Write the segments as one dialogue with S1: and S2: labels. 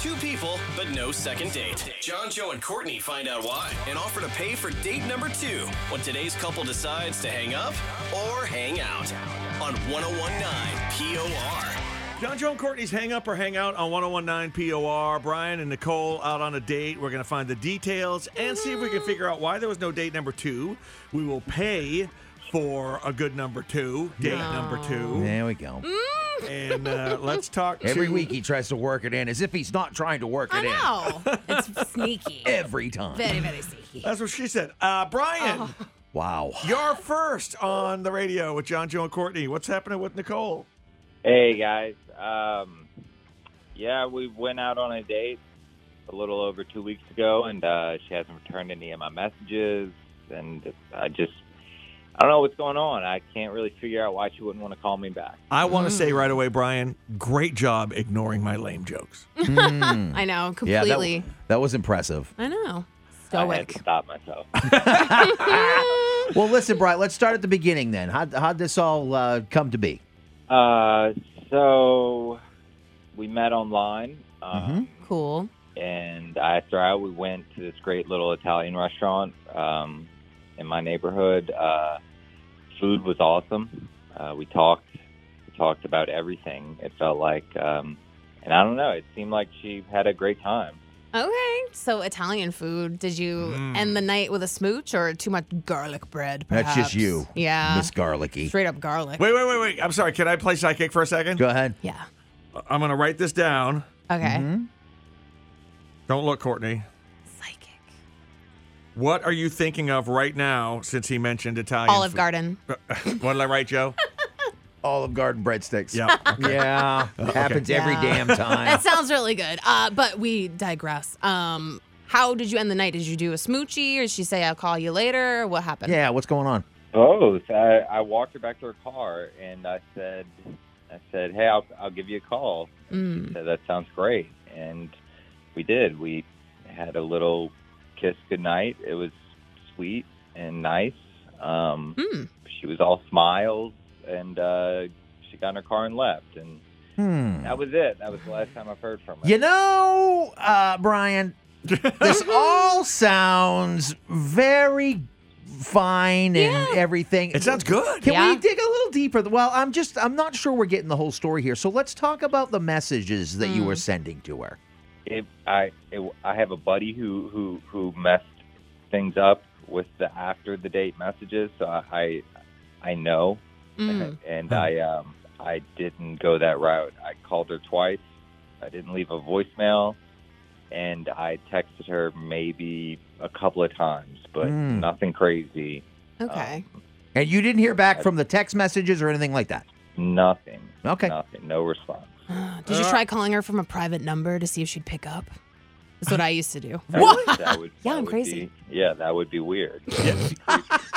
S1: Two people, but no second date. John, Joe, and Courtney find out why and offer to pay for date number two when today's couple decides to hang up or hang out on 1019 POR.
S2: John Joe and Courtney's Hang Up or Hang Out on 1019 POR. Brian and Nicole out on a date. We're going to find the details and see if we can figure out why there was no date number two. We will pay for a good number two, date number two.
S3: There we go.
S4: Mm,
S2: And uh, let's talk
S3: Every
S2: to-
S3: week he tries to work it in as if he's not trying to work it
S4: I
S3: in.
S4: know. it's sneaky.
S3: Every time.
S4: Very, very sneaky.
S2: That's what she said. Uh, Brian,
S3: Oh. Wow.
S2: you're first on the radio with John Joe and Courtney. What's happening with Nicole?
S5: Hey guys, um, yeah, we went out on a date a little over two weeks ago, and uh, she hasn't returned any of my messages, and I just I don't know what's going on. I can't really figure out why she wouldn't want to call me back.
S2: I want to
S3: Mm.
S2: say right away, Brian, great job ignoring my lame jokes.
S4: I know.
S3: Yeah, that,
S4: Completely.
S3: w- Hmm. that was impressive.
S4: I know.
S5: I
S4: Stoic.
S5: had to stop myself.
S3: Ah, Well, listen, Brian, let's start at the beginning then. How'd, how'd this all uh, come to be?
S5: uh, so we met online, um,
S4: Cool.
S5: and after I we went to this great little Italian restaurant um, in my neighborhood. Uh, food was awesome. Uh, we talked we talked about everything. It felt like, um, and I don't know. It seemed like she had a great time.
S4: Okay. So Italian food. Did you end the night with a smooch or too much garlic bread?
S3: Mm. That's just
S4: perhaps?
S3: you,
S4: Yeah.
S3: Miss Garlicky.
S4: Straight up garlic.
S2: Wait, wait, wait, wait. I'm sorry. Can I play sidekick for a second?
S3: Go ahead.
S4: Yeah.
S2: I'm going to write this down.
S4: Okay.
S3: Mm-hmm.
S2: Don't look, Courtney.
S4: Psychic.
S2: What are you thinking of right now since he mentioned Italian?
S4: Olive
S2: food?
S4: Garden.
S2: what did I write, Joe?
S3: Olive Garden breadsticks.
S2: Yeah.
S3: Yeah. Happens every
S4: Yeah.
S3: damn time.
S4: That sounds really good. Uh, but we digress. Um, how did you end the night? Did you do a smoochie, or did she say I'll call you later? What happened?
S3: yeah, what's going on?
S5: Both. I, I walked her back to her car, and I said, I said, hey, I'll, I'll give you a call.
S4: Mm.
S5: said, that sounds great. And we did. We had a little kiss goodnight. It was sweet and nice. Um,
S4: Mm.
S3: Hmm.
S5: She was all smiles and uh, she got in her car and left. And
S3: Hmm.
S5: that was it. That was the last time I've heard from her.
S3: You know, uh, Brian, this all sounds very fine and everything.
S2: It sounds good.
S3: Can
S4: Yeah.
S3: we dig a little deeper? Well, I'm just, I'm not sure we're getting the whole story here. So let's talk about the messages that you were
S4: Hmm.
S3: sending to her.
S5: It, I, it, I have a buddy who, who, who messed things up with the after the date messages. So I, I, I know.
S4: Mm.
S5: and I um, I didn't go that route. I called her twice. I didn't leave a voicemail, and I texted her maybe a couple of times, but
S3: Mm.
S4: Hmm.
S5: nothing crazy,
S4: Okay.
S3: And you didn't hear back from the text messages or anything like that.
S5: nothing.
S3: Okay.
S5: nothing, no response.
S2: Um,
S4: did
S2: uh,
S4: you try calling her from a private number to see if she'd pick up? That's what I used to do.
S5: That would- that would-
S4: Yeah,
S5: that
S4: I'm
S5: would
S4: crazy.
S5: be- yeah, that would be weird.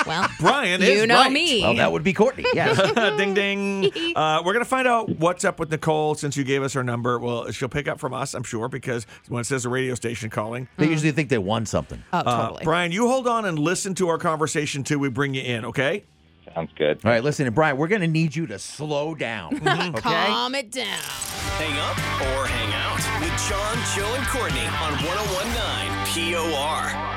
S4: Well,
S2: Brian is
S4: you know
S2: right.
S4: me.
S3: Well, that would be Courtney. Yes.
S2: ding ding. Uh, we're gonna find out what's up with Nicole since you gave us her number. Well, she'll pick up from us, I'm sure, because when it says a radio station calling.
S4: Hmm.
S3: they usually think they won something.
S4: oh,
S2: Uh,
S4: totally.
S2: Brian, you hold on and listen to our conversation till we bring you in, okay?
S5: Sounds good.
S3: All right, listen, and Brian, we're going to need you to slow down. okay?
S4: Calm it down.
S1: Hang up oh or hang out with John, Joe, and Courtney on 1019 POR.